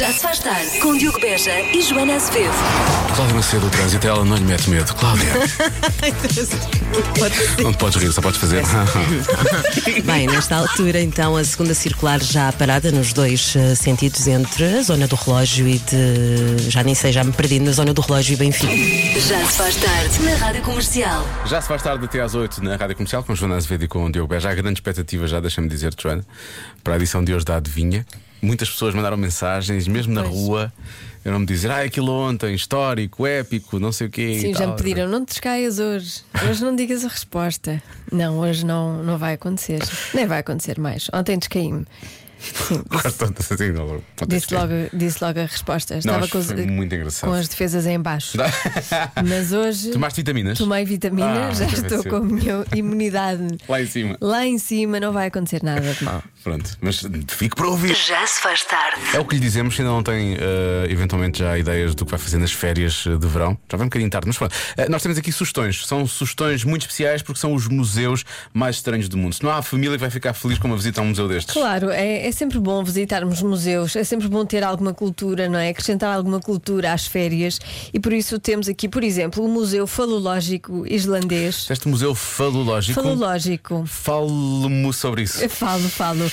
Já se faz tarde com Diogo Beja e Joana Azevedo. Cláudia Macedo, o trânsito, é ela não lhe mete medo. Cláudia, não te podes rir, só podes fazer. Bem, nesta altura, então, a segunda circular já parada nos dois eh, sentidos entre a zona do relógio e de. Já nem sei, já me perdi na zona do relógio e Benfica. Já se faz tarde na Rádio Comercial. já se faz tarde até às 8 na Rádio Comercial com Joana Azevedo e com o Diogo Beja. Há grande expectativa já, deixa-me dizer, Joana, para a edição de hoje da Adivinha. Muitas pessoas mandaram mensagens, mesmo na rua, eram me dizer, ah, aquilo ontem, histórico, épico, não sei o quê. e Sim, já tal." né? me pediram, não te descaias hoje. Hoje não digas a resposta. Não, hoje não, não vai acontecer. Nem vai acontecer mais. Ontem descaí-me. Sim, Gosto tanto assim, não, pode disse ser. logo, disse logo a resposta. Não, Estava mas com, os- foi muito engraçado. com as defesas em baixo. Mas hoje Tomaste vitaminas? tomei vitamina, Ah, já deve estou ser. com a minha imunidade. Lá em cima. Ah, Lá em cima não vai acontecer nada de mal. Pronto, mas fico para ouvir. Já se faz tarde. É o que lhe dizemos, se ainda não tem eh, eventualmente já ideias do que vai fazer nas férias eh, de verão. Já vai um bocadinho tarde, mas pronto. Eh, nós temos aqui sugestões. São sugestões muito especiais porque são os museus mais estranhos do mundo. Se não há família que vai ficar feliz com uma visita a um museu destes. Claro, é, é sempre bom visitarmos museus, é sempre bom ter alguma cultura, não é? Acrescentar alguma cultura às férias e por isso temos aqui, por exemplo, o Museu Falológico Islandês. Este museu falológico. Falológico. Fale-me sobre isso. Ah, Falo, falo.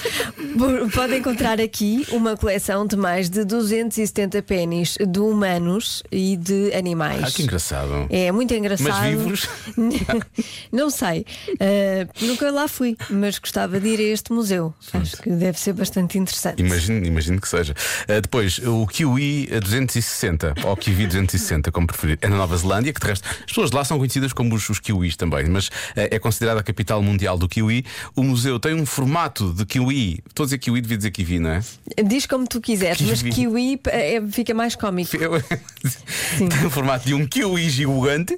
Bo- Pode encontrar aqui uma coleção de mais de 270 pênis de humanos e de animais. Ah, que engraçado. É muito engraçado. Mas vivos? não sei. Ah, nunca lá fui, mas gostava de ir a este museu. Acho que deve ser bastante interessante. Imagino, imagino que seja. Eh, depois, o Kiwi eh, 260, ou Kiwi 260, como preferir, é na Nova Zelândia, que de resto, as pessoas de lá são conhecidas como os, os Kiwis também, mas eh, é considerada a capital mundial do Kiwi. O museu tem um formato de Kiwi. Estou a dizer Kiwi, devia dizer Kiwi, não é? Diz como tu quiseres, mas Kiwi. kiwi é- fica mais cómico. Eu- tem o formato de um Kiwi gigante.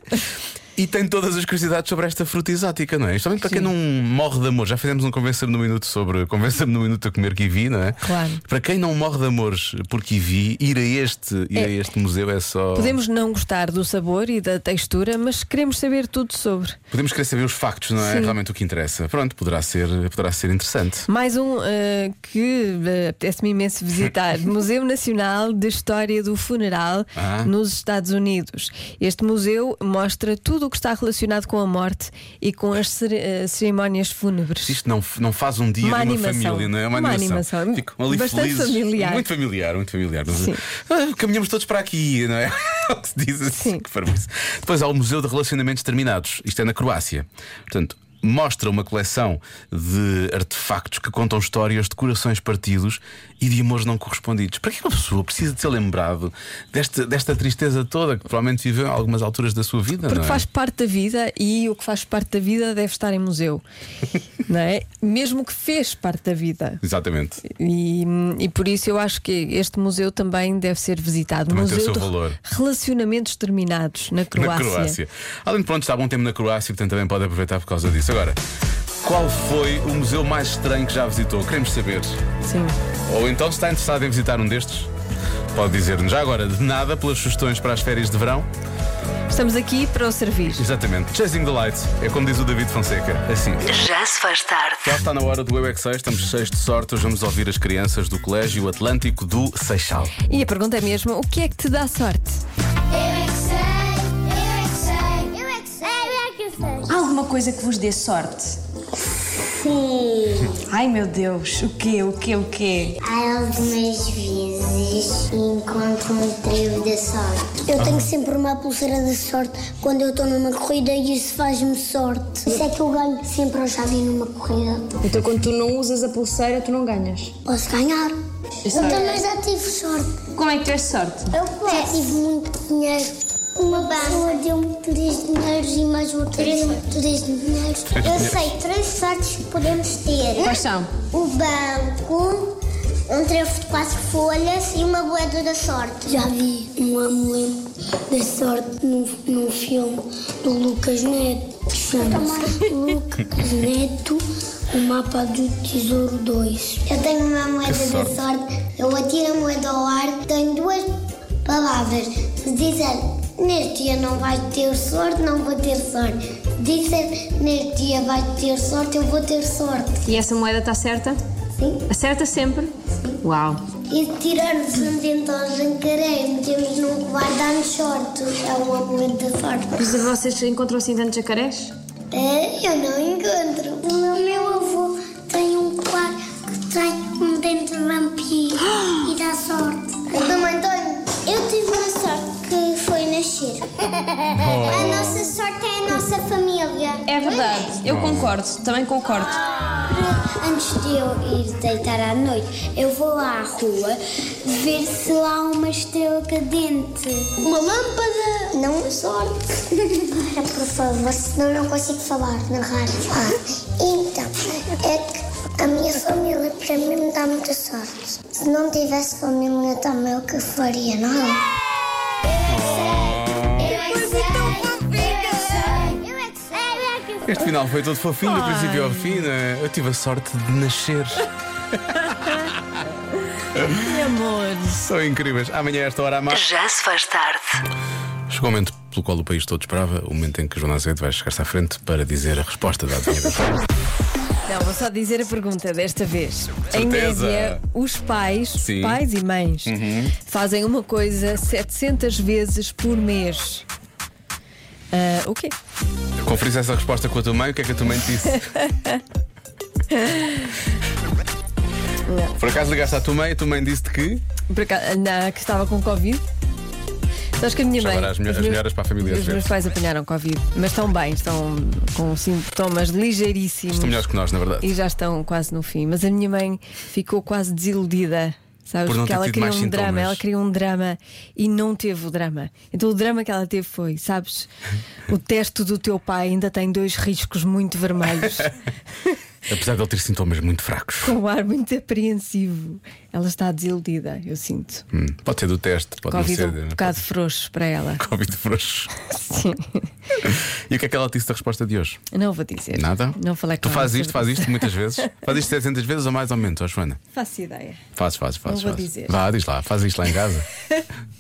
E tem todas as curiosidades sobre esta fruta exótica, não é? Especialmente para quem não morre de amor. Já fizemos um Convença-me no Minuto sobre Convença-me no Minuto a comer kiwi, não é? Claro. Para quem não morre de amores por kiwi, ir a este, ir a É. este museu é só. Podemos não gostar do sabor e da textura, mas queremos saber tudo sobre. Podemos querer saber os factos, não é? Sim. Realmente o que interessa. Pronto, poderá ser, poderá ser interessante. Mais um eh, que eh, apetece-me imenso visitar: Museu Nacional de História do Funeral Ah. nos Estados Unidos. Este museu mostra tudo o que está relacionado com a morte e com as cere- eh, cerimónias fúnebres. Isto não, não faz um dia Uma de uma animação. família, não é? Uma animação. Ficam ali Bastante felizes. familiar. Muito familiar, muito familiar. Mas, Sim. ah, caminhamos todos para aqui, não é? É o que se diz assim. Sim. Que farmice. Depois há o Museu de Relacionamentos Terminados. Isto é na Croácia. Portanto. Mostra uma coleção de artefactos que contam histórias de corações partidos e de amores não correspondidos. Para que é que uma pessoa precisa de ser lembrado desta, desta tristeza toda que provavelmente viveu em algumas alturas da sua vida? não Porque é? faz parte da vida e o que faz parte da vida deve estar em museu, não é? Mesmo que fez parte da vida. Exatamente. E, e por isso eu acho que este museu também deve ser visitado. Também tem o museu seu de valor. Relacionamentos Terminados na Na Croácia. Croácia. Além de pronto, está há bom tempo na Croácia, portanto também pode aproveitar por causa disso. Agora, qual foi o museu mais estranho que já visitou? Queremos saber. Sim. Ou então, se está interessado em visitar um destes, pode dizer-nos já agora, de nada, pelas sugestões para as férias de verão. Estamos aqui para o servir. Exatamente. Chasing the Lights, é como diz o David Fonseca. Assim. Já se faz tarde. Já está na hora do Eu é Que Sei, estamos cheios de sorte. Hoje vamos ouvir as crianças do Colégio Atlântico do Seixal. E a pergunta é mesmo: o que é que te dá sorte? Eu é que sei, eu é que sei, eu é que sei, eu é que sei. Há alguma coisa que vos dê sorte? Sim, Ai meu Deus, o quê, o quê, o quê? há algumas vezes encontro um trio da sorte. Eu tenho sempre uma pulseira da sorte quando eu estou numa corrida e isso faz-me sorte. Isso é que eu ganho sempre ao chave numa corrida. Então quando tu não usas a pulseira, tu não ganhas. Posso ganhar. Eu também já tive sorte. Como é que tiveste sorte? Eu posso. Já tive muito dinheiro. Uma pessoa deu-me três dinheiros e mais outra deu-me três dinheiros. Eu sei três sortes que podemos ter. Quais são? É, O banco, um trefo de quatro folhas e uma moeda da sorte. Já vi um amuleto da sorte num, num filme do Lucas Neto. que Chama-se Lucas Neto, o mapa do tesouro 2. Eu tenho uma moeda Que sorte. da sorte, eu atiro a moeda ao ar, tenho duas palavras. Se disser neste dia não vais ter sorte, não vou ter sorte. Se disser neste dia vais ter sorte, eu vou ter sorte. E essa moeda está certa? Sim. Acerta sempre? Uau! E tirarmos um dente ao jancaré e metemos num colar, dá-nos sorte. É um amuleto da sorte. Mas vocês encontram assim tantos jacarés? É, eu não encontro. O meu, meu avô tem um colar que tem um dente vampiro e dá sorte. Eu também tenho. Eu tive uma sorte que foi nascer. A nossa sorte é a nossa família. É verdade, eu concordo, também concordo. Antes de eu ir deitar à noite, eu vou lá à rua ver se lá há uma estrela cadente. Uma lâmpada! Não é sorte! Para, por favor, senão eu não consigo falar na rádio. então, é que a minha família para mim me dá muita sorte. Se não tivesse família também, o que faria, não é? é Este final foi todo fofinho, do princípio ao fim. né? Eu tive a sorte de nascer. Que amor. São incríveis. Amanhã, a esta hora, a mais. Já se faz tarde. Chegou o momento pelo qual o país todo esperava, o momento em que João Azevedo vai chegar-se à frente para dizer a resposta da adivinha. Não, vou só dizer a pergunta desta vez. Em Certeza. média, os pais, Sim. Uhum. pais e mães, fazem uma coisa 700 vezes por mês. Ah, o quê? Conferiste essa resposta com a tua mãe, o que é que a tua mãe te disse? Por acaso ligaste à tua mãe e a tua mãe disse-te que. Por acaso, na, que estava com Covid? Sabes que a minha Já mãe. agora as melho- os as meus- melhoras para a família às Os meus vezes. pais apanharam Covid, mas estão bem, estão com sintomas ligeiríssimos. Estão melhores que nós, na verdade. E já estão quase no fim. Mas a minha mãe ficou quase desiludida. Sabes? Por não Porque ter ela tido queria um mais drama, sintomas. ela queria um drama e não teve o drama. Então o drama que ela teve foi, sabes, o teste do teu pai ainda tem dois riscos muito vermelhos, Apesar de ele ter sintomas muito fracos. com um ar muito apreensivo. Ela está desiludida, eu sinto. Hum, pode ser do teste, pode não Covid ser. um bocado frouxo para ela. Covid frouxo. Sim. E o que é que ela disse da resposta de hoje? Não vou dizer. Nada? Não falei com Tu fazes ela isto, sobre fazes isto muitas vezes? Fazes isto 700 vezes ou mais ou menos, ó Joana? isso. Faço ideia. Fazes, fazes, fazes. vou fazes. dizer. Vá, diz lá, fazes isto lá em casa.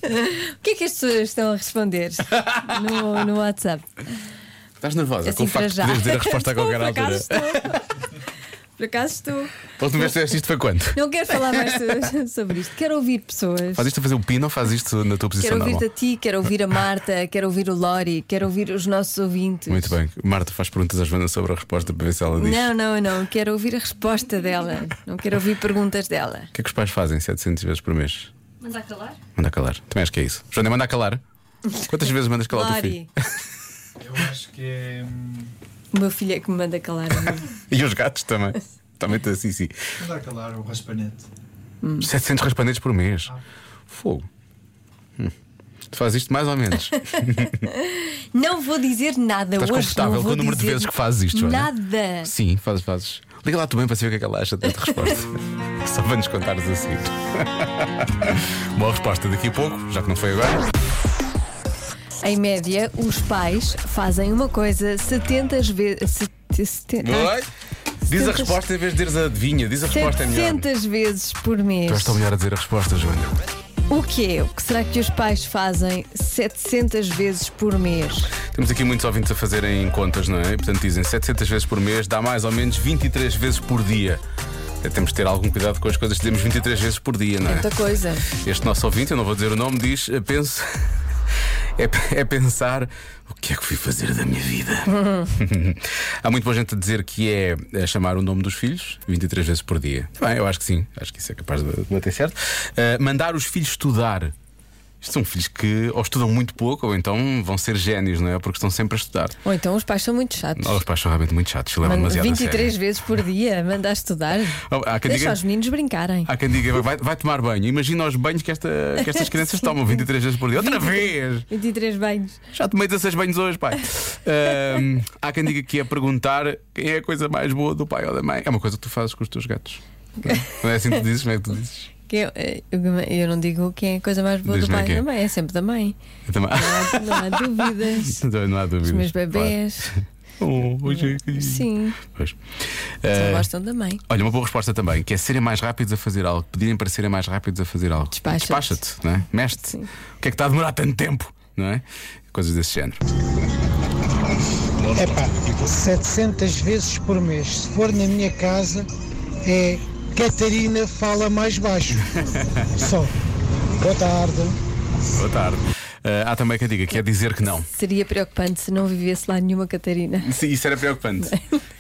O que é que as pessoas estão a responder no, no WhatsApp? Estás nervosa Assim com o para facto de já. poderes dizer a resposta a Estou, qualquer por altura. acaso estou. Por acaso estou. A última vez que fizeste isto foi quando? Não quero falar mais so- sobre isto. Quero ouvir pessoas. Faz isto a fazer o pino ou faz isto na tua posição Quero ouvir-te normal? a ti, quero ouvir a Marta, quero ouvir o Lori, quero ouvir os nossos ouvintes. Muito bem. Marta faz perguntas à Joana sobre a resposta para ver se ela diz. Não, não, não. Quero ouvir a resposta dela. Não quero ouvir perguntas dela. O que é que os pais fazem 700 vezes por mês? Mandar calar? Manda calar. Também acho que é isso. Joana, manda calar. Quantas vezes mandas calar o teu filho? Lori, Eu acho que é. hum, o meu filho é que me manda calar. a mim. E os gatos também. Também tem assim, sim. Mandar calar o raspanete. 700 raspanetes por mês. Fogo. Hum. Tu fazes isto mais ou menos. Não vou dizer nada Estás hoje. confortável não com vou o número de dizer vezes que fazes isto, Joana? Nada. Sim, fazes, fazes. Liga lá tu bem para saber o que é que ela acha da tua resposta. Só para nos contares a seguir. Boa resposta daqui a pouco, já que não foi agora. Em média, os pais fazem uma coisa 70 vezes. Oi? Diz a Setas- resposta em vez de dizeres a adivinha, diz a resposta é melhor. Então, 700 vezes por Tu mês. és tão melhor a dizer a resposta, Joana. então. O que é? O que será que os pais fazem 700 vezes por mês? Temos aqui muitos ouvintes a fazerem contas, não é? Portanto, dizem 700 vezes por mês, dá mais ou menos 23 vezes por dia. Até Temos de ter algum cuidado com as coisas que dizemos 23 vezes por dia, não é? Muita coisa. Este nosso ouvinte, eu não vou dizer o nome, diz: eh, penso. É, é pensar o que é que fui fazer da minha vida. Há muito boa gente a dizer que é, eh, chamar o nome dos filhos 23 vezes por dia. Bem, eu acho que sim, acho que isso é capaz de bater certo. Eh, mandar os filhos estudar. Isto são filhos que ou estudam muito pouco ou então vão ser génios, não é? Porque estão sempre a estudar. Ou então os pais são muito chatos. Os pais são realmente muito chatos, levam Manda- é demasiado a 23 sério. Oh, vezes por dia, mandar estudar. Há quem Deixa diga- os meninos brincarem. Há quem diga, vai, vai tomar banho. Imagina os banhos que, esta- que estas crianças tomam 23 vezes por dia. Outra vez! 23 banhos. Já tomei 16 banhos hoje, pai. Ahm, há quem diga que é perguntar quem é a coisa mais boa do pai ou da mãe. É uma coisa que tu fazes com os teus gatos. Não é? Não é assim que tu dizes? Não é que tu dizes? Que eu, eh, eu- eu não digo quem é a coisa mais boa Diz-me do pai quem é. da mãe, é sempre da mãe. Eu também- Não há- não há dúvidas. Também não há dúvidas. Os meus bebés. Claro. Oh, hoje é que- Sim, Pois. só Ah, gostam da mãe. olha, uma boa resposta também, que é serem mais rápidos a fazer algo, pedirem para serem mais rápidos a fazer algo. Despacha-te. Despacha-te, não é? Mexe-te. Sim. O que é que está a demorar tanto tempo? Não é? Coisas desse género. Epá, 700 vezes por mês. Se for na minha casa, é Catarina fala mais baixo. Só. Boa tarde. Boa tarde. Ah, há também quem diga que é dizer que não. Seria preocupante se não vivesse lá nenhuma Catarina. Sim, isso era preocupante.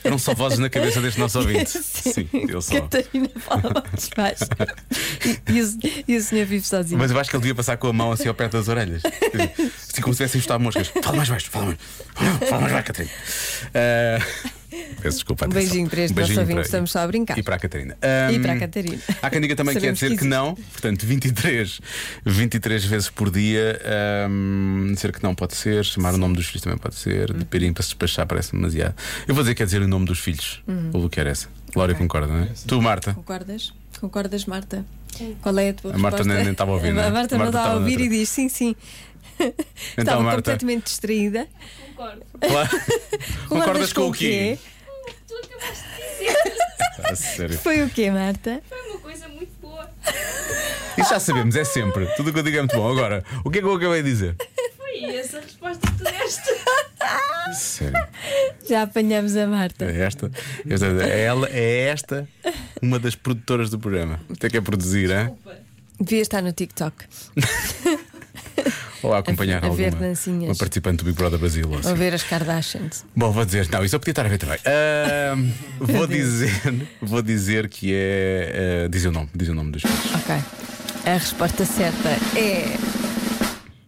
Eram só vozes na cabeça deste nosso ouvinte. Sim, eu só. Catarina fala mais baixo. E, e, o, sen- e o senhor vive sozinho. Mas eu acho que ele devia passar com a mão assim ao pé das orelhas. Assim como se tivesse a moscas. Fala mais baixo, fala mais baixo. Fala mais baixo, Catarina. Ah, Peço desculpa. Um atenção. beijinho para este beijinho nosso ouvinte, para- estamos só a brincar. E para a Catarina. E Ah, para a Catarina. Há quem diga também que é Sabemos dizer que, que não, portanto, 23, 23 vezes por dia. hum, dizer que não pode ser, chamar o nome dos filhos também pode ser, de pedirim para se despachar parece demasiado. Eu vou dizer que é dizer o nome dos filhos, ou o que era essa. Glória concorda, não é? Tu, Marta. Concordas? Concordas, Marta? Qual é a tua A Marta resposta? nem- nem estava a ouvir, A não é? Marta, não Marta estava a estava ouvir e noutra. diz sim, sim. Então, estava Marta. completamente distraída. Claro. Concordas com o quê? Tu acabaste de dizer. Ah, sério. Foi o quê, Marta? Foi uma coisa muito boa. Isso já sabemos, é sempre. Tudo o que eu digo é muito bom. Agora, o que é que eu acabei de dizer? Foi essa a resposta que tu deste. Sério. Já apanhamos a Marta. É esta? Esta- é ela, é esta uma das produtoras do programa. Até que é produzir, hein? É. Devia estar no TikTok. Ou a acompanhar A- a ver alguma dancinhas. uma participante do Big Brother Brasil. Ou Ou assim. ver as Kardashians. Bom, vou dizer, não, isso eu podia estar a ver também. Ahm, vou dizer, vou dizer que é. ah, diz o nome, diz o nome dos filhos. Ok. A resposta certa é.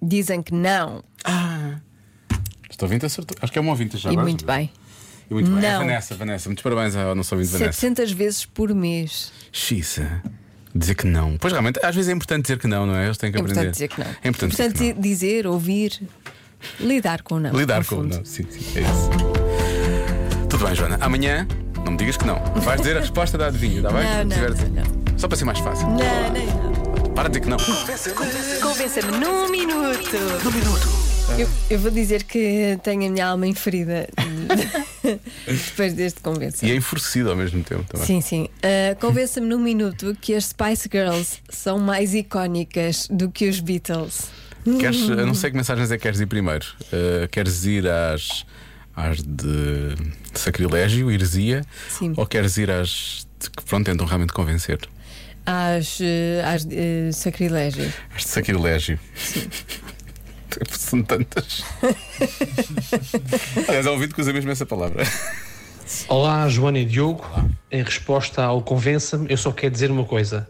Dizem que não. Estou ouvinte acertou. Acho que é um ouvinte já. e agora. muito bem. E muito bem. É Não. Vanessa, Vanessa, muitos parabéns ao nosso ouvinte Vanessa. 700 vezes por mês. Xisa. Dizer que não. Pois realmente, às vezes é importante dizer que não, não é? Eles têm que É aprender. importante dizer que não. É importante, dizer que não. dizer, ouvir, lidar com o não. Lidar no com o fundo. não. Sim, sim, é isso. Tudo bem, Joana. Amanhã, não me digas que não. Vais dizer a resposta da adivinha, está bem? Não, Se não, tiver- não, Só para ser mais fácil. Não, não, não. Para de dizer que não. Convença-me num minuto. Num minuto. Eu, eu vou dizer que tenho a minha alma inferida depois deste convença. E é enfurecido ao mesmo tempo tá também. Sim, sim. Ah, Convença-me num minuto que as Spice Girls são mais icónicas do que os Beatles. Queres, eu não sei que mensagens é que queres ir primeiro. Uh, queres ir às, às de sacrilégio, heresia? Sim. Ou queres ir às de que, pronto, tentam realmente convencer? Às, eh, às eh, sacrilégio. Às de sacrilégio. São tantas. Aliás, há ouvido que usa mesmo essa palavra. Olá, Joana e Diogo. Em resposta ao Convença-me, eu só quero dizer uma coisa.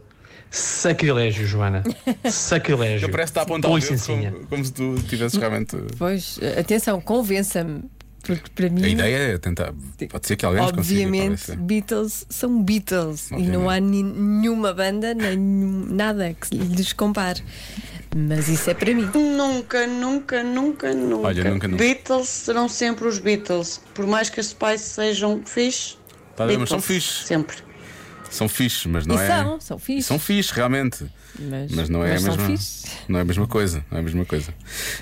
Sacrilégio, Joana. Sacrilégio. Eu parece estar a apontar Com o dedo licencinha. como, como se tu Hum. tivesses realmente. Pois, eh, atenção, convença-me. Porque para mim. A ideia é tentar. Pode ser que alguém nos consiga. talvez, Obviamente, sim. Beatles são Beatles e não há ni- nenhuma banda nem nenhum- nada que lhes compare. Mas isso é para mim. Nunca, nunca, nunca, nunca. Olha, nunca, nunca. Beatles serão sempre os Beatles. Por mais que as Spice sejam um fixe, Tá bem, mas são Beatles, fixe. Sempre. São fixe, mas não e é. são, são fixe. São fixe, realmente. Mas- Mas não é a mas são mesma. fixe. Não é a mesma coisa. Não é a mesma coisa.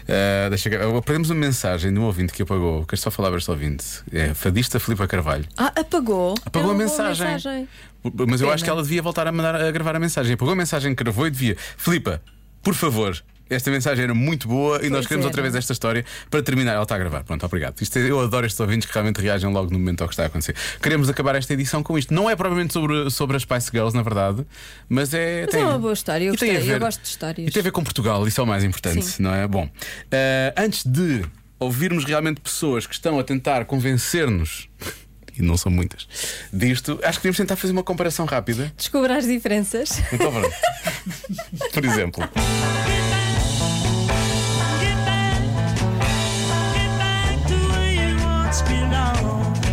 Ah, deixa eu... agora Perdemos uma mensagem de um ouvinte que apagou. Quero só falar para este ouvinte. É fadista Filipa Carvalho. Ah, apagou. Apagou a Era uma boa mensagem. mensagem. Mas eu Pena. acho que ela devia voltar a, mandar, a gravar a mensagem. Apagou a mensagem que gravou e devia. Filipa, por favor. Esta mensagem era muito boa e nós queremos era. outra vez esta história para terminar. Ela está a gravar. Pronto, obrigado. Isto é- eu adoro estes ouvintes que realmente reagem logo no momento ao que está a acontecer. Queremos acabar esta edição com isto. Não é propriamente sobre, sobre as Spice Girls, na verdade, mas é. Mas é uma boa história. Eu e tem a gostei. Eu ver- gosto de histórias. E tem a ver com Portugal, isso é o mais importante, não é? Bom, eh, antes de ouvirmos realmente pessoas que estão a tentar convencer-nos, e não são muitas, disto, acho que devíamos tentar fazer uma comparação rápida. Descubra as diferenças. Então pronto. Por exemplo.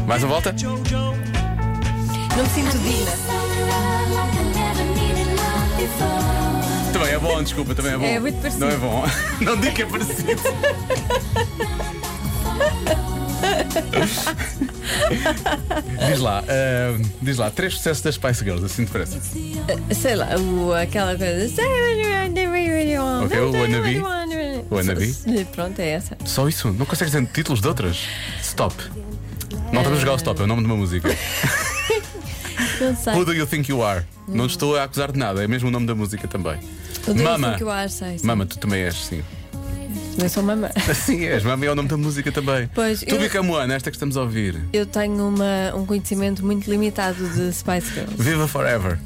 Mais uma volta? Não me sinto digna. Também é bom, desculpa, também é bom. É muito parecido. Não é bom. Não digo que é parecido. diz lá, ahm, diz lá, três sucessos das Spice Girls, assim depressa. Sei lá, o, aquela coisa. Ok, o Wannabe. O Wannabe. Pronto, é essa. Só isso? Não consegues dizer títulos de outras? Stop. Não estamos a jogar o stop, é o nome de uma música. Não sei. Who do you think you are? Não te estou a acusar de nada, é mesmo o nome da música também. O Deus Mama. do Que eu acho, sei, sei. Mama, tu também és, sim. Eu sou mama. Sim, és, Mama é o nome da música também. Pois, tu eu- become one, esta que estamos a ouvir. Eu tenho uma- um conhecimento muito limitado de Spice Girls. Viva Forever.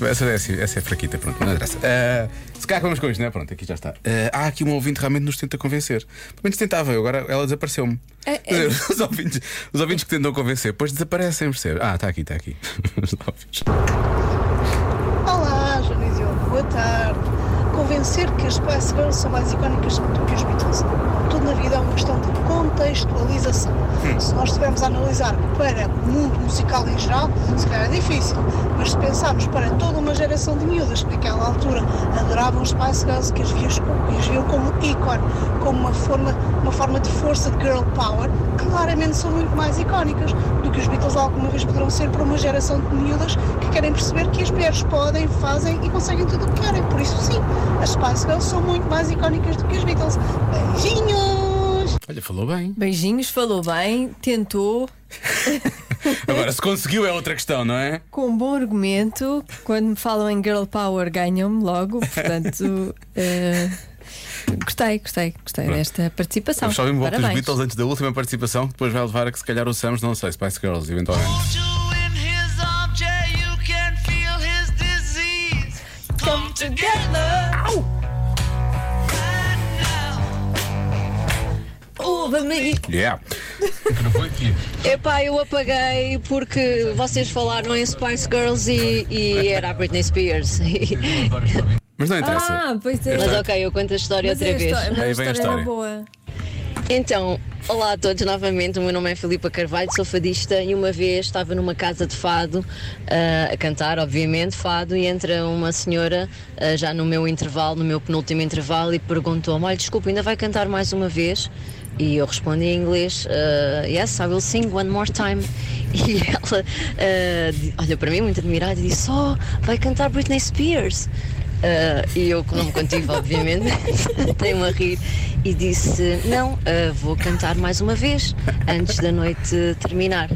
Essa, essa, essa é fraquita, pronto, não interessa. Ah, se calhar vamos com isto, não é? Pronto, aqui já está. Ah, há aqui um ouvinte que realmente nos tenta convencer. Pelo menos tentava, eu, agora ela desapareceu-me. É, Quer dizer, Os, ouvintes, os ouvintes que tentam convencer, depois desaparecem, percebe? Ah, está aqui, está aqui. Os ouvintes. Olá, Joana e Diogo, boa tarde. Convencer que as Spice Girls são mais icónicas do que os Beatles. Tudo na vida é uma questão de contextualização. Se nós estivermos a analisar para o mundo musical em geral, se calhar é difícil. Mas se pensarmos para toda uma geração de miúdas que naquela altura adoravam os Spice Girls, que as viam, que as viam como ícone, como uma forma, uma forma de força de girl power, claramente são muito mais icónicas do que os Beatles alguma vez poderão ser para uma geração de miúdas que querem perceber que as mulheres podem, fazem e conseguem tudo o que querem. Por isso, sim, as Spice Girls são muito mais icónicas do que os Beatles. Beijinhos! Olha, falou bem. Beijinhos, falou bem, tentou, Agora, se conseguiu é outra questão, não é? com um bom argumento. Quando me falam em girl power, ganham-me logo. Portanto, eh, gostei, gostei, gostei Pronto. desta participação. Vamos só ouvir um pouco dos Parabéns. Beatles antes da última participação, que depois vai levar a que se calhar o Samos, não sei, Spice Girls, eventualmente. Come together! Ouve-me! Yeah. Epá, eu apaguei porque vocês falaram em Spice Girls e, e era a Britney Spears. Mas não interessa. Ah, pois é. Mas ok, eu conto a história Mas é outra a vez. história- mas a Aí vem a história era história. boa. Então, olá a todos novamente. O meu nome é Filipa Carvalho, sou fadista e uma vez estava numa casa de fado ah, a cantar, obviamente, fado, e entra uma senhora ah, já no meu intervalo, no meu penúltimo intervalo, e perguntou-me: Olha, desculpa, ainda vai cantar mais uma vez? E eu respondi em inglês: "Ah, Yes, I will sing one more time. E ela ah, di- olhou para mim muito admirada e disse: Oh, vai cantar Britney Spears. Ah, e eu, não me contive, obviamente, tenho a rir e disse: Não, ah, vou cantar mais uma vez antes da noite terminar.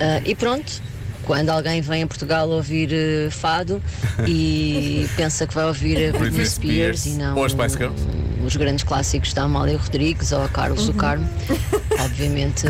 Ah, e pronto, quando alguém vem a Portugal ouvir ah, fado e pensa que vai ouvir a Britney Spears, e não Ou as Spice Girls. os grandes clássicos da Amália Rodrigues ou a Carlos do Carmo, obviamente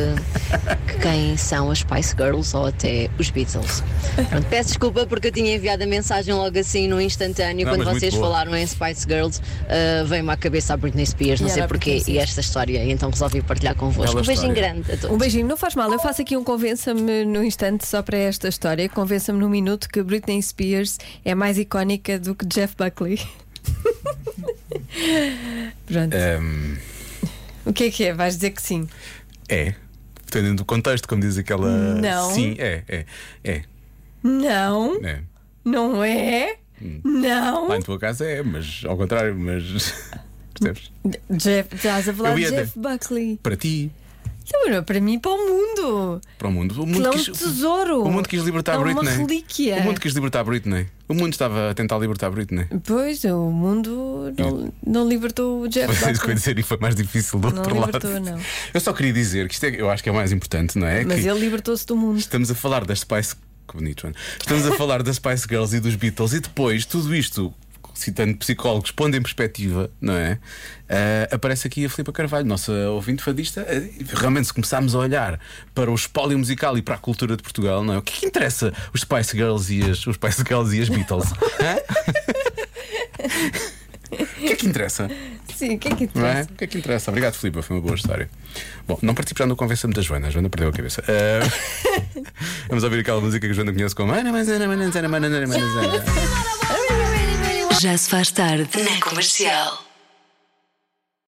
que quem são as Spice Girls ou até os Beatles. Pronto, peço desculpa porque eu tinha enviado a mensagem logo assim no instantâneo Não, quando mas muito vocês boa. falaram em Spice Girls, ah, veio-me à cabeça a Britney Spears, não E sei era a porquê, e esta história, e então resolvi partilhar convosco. Bela Um beijinho história. grande a todos. Um beijinho, não faz mal. Eu faço aqui um convença-me no instante só para esta história. Convença-me num minuto que Britney Spears é mais icónica do que Jeff Buckley. Pronto. É. Ahm, O que é que é? Vais dizer que sim? é. Dependendo do contexto, como diz aquela. Não. Sim, é, é. É. Não, é. não é? Hum. Não. Lá em tua casa é, mas ao contrário, mas. Percebes? Jeff, estás a falar Eu de ia Jeff Buckley. Para ti, Então, não é para mim, para o mundo. para o mundo. O Que mundo é um quis, tesouro. o mundo quis libertar é Britney. uma relíquia. O mundo quis libertar Britney. O mundo estava a tentar libertar Britney. Pois, o mundo não, não libertou o Foi Jeff isso que eu ia Buckley. dizer e foi mais difícil do Não outro libertou, lado. não. Eu só queria dizer que isto é, eu acho que é o mais importante, não é? Mas que ele libertou-se do mundo. Estamos a falar das Spice. Que bonito, Joana. Estamos a falar das Spice Girls e dos Beatles e depois tudo isto, citando psicólogos, pondo em perspectiva, não é? Ah, aparece aqui a Filipa Carvalho, nossa ouvinte fadista. Ah, Realmente, se começarmos a olhar para o espólio musical e para a cultura de Portugal, não é? O que é que interessa os Spice Girls e as, os Spice Girls e as Beatles? Hã? O que é que interessa? Sim, o que é que Não é? interessa? O que é que interessa? Obrigado, Filipe, foi uma boa história. Bom, não participo já no Convença-me da Joana, a Joana perdeu a cabeça. Ah, vamos ouvir aquela música que a Joana conhece como Ana Manzana, Manzana, Manzana, Manzana. Já se faz tarde na comercial.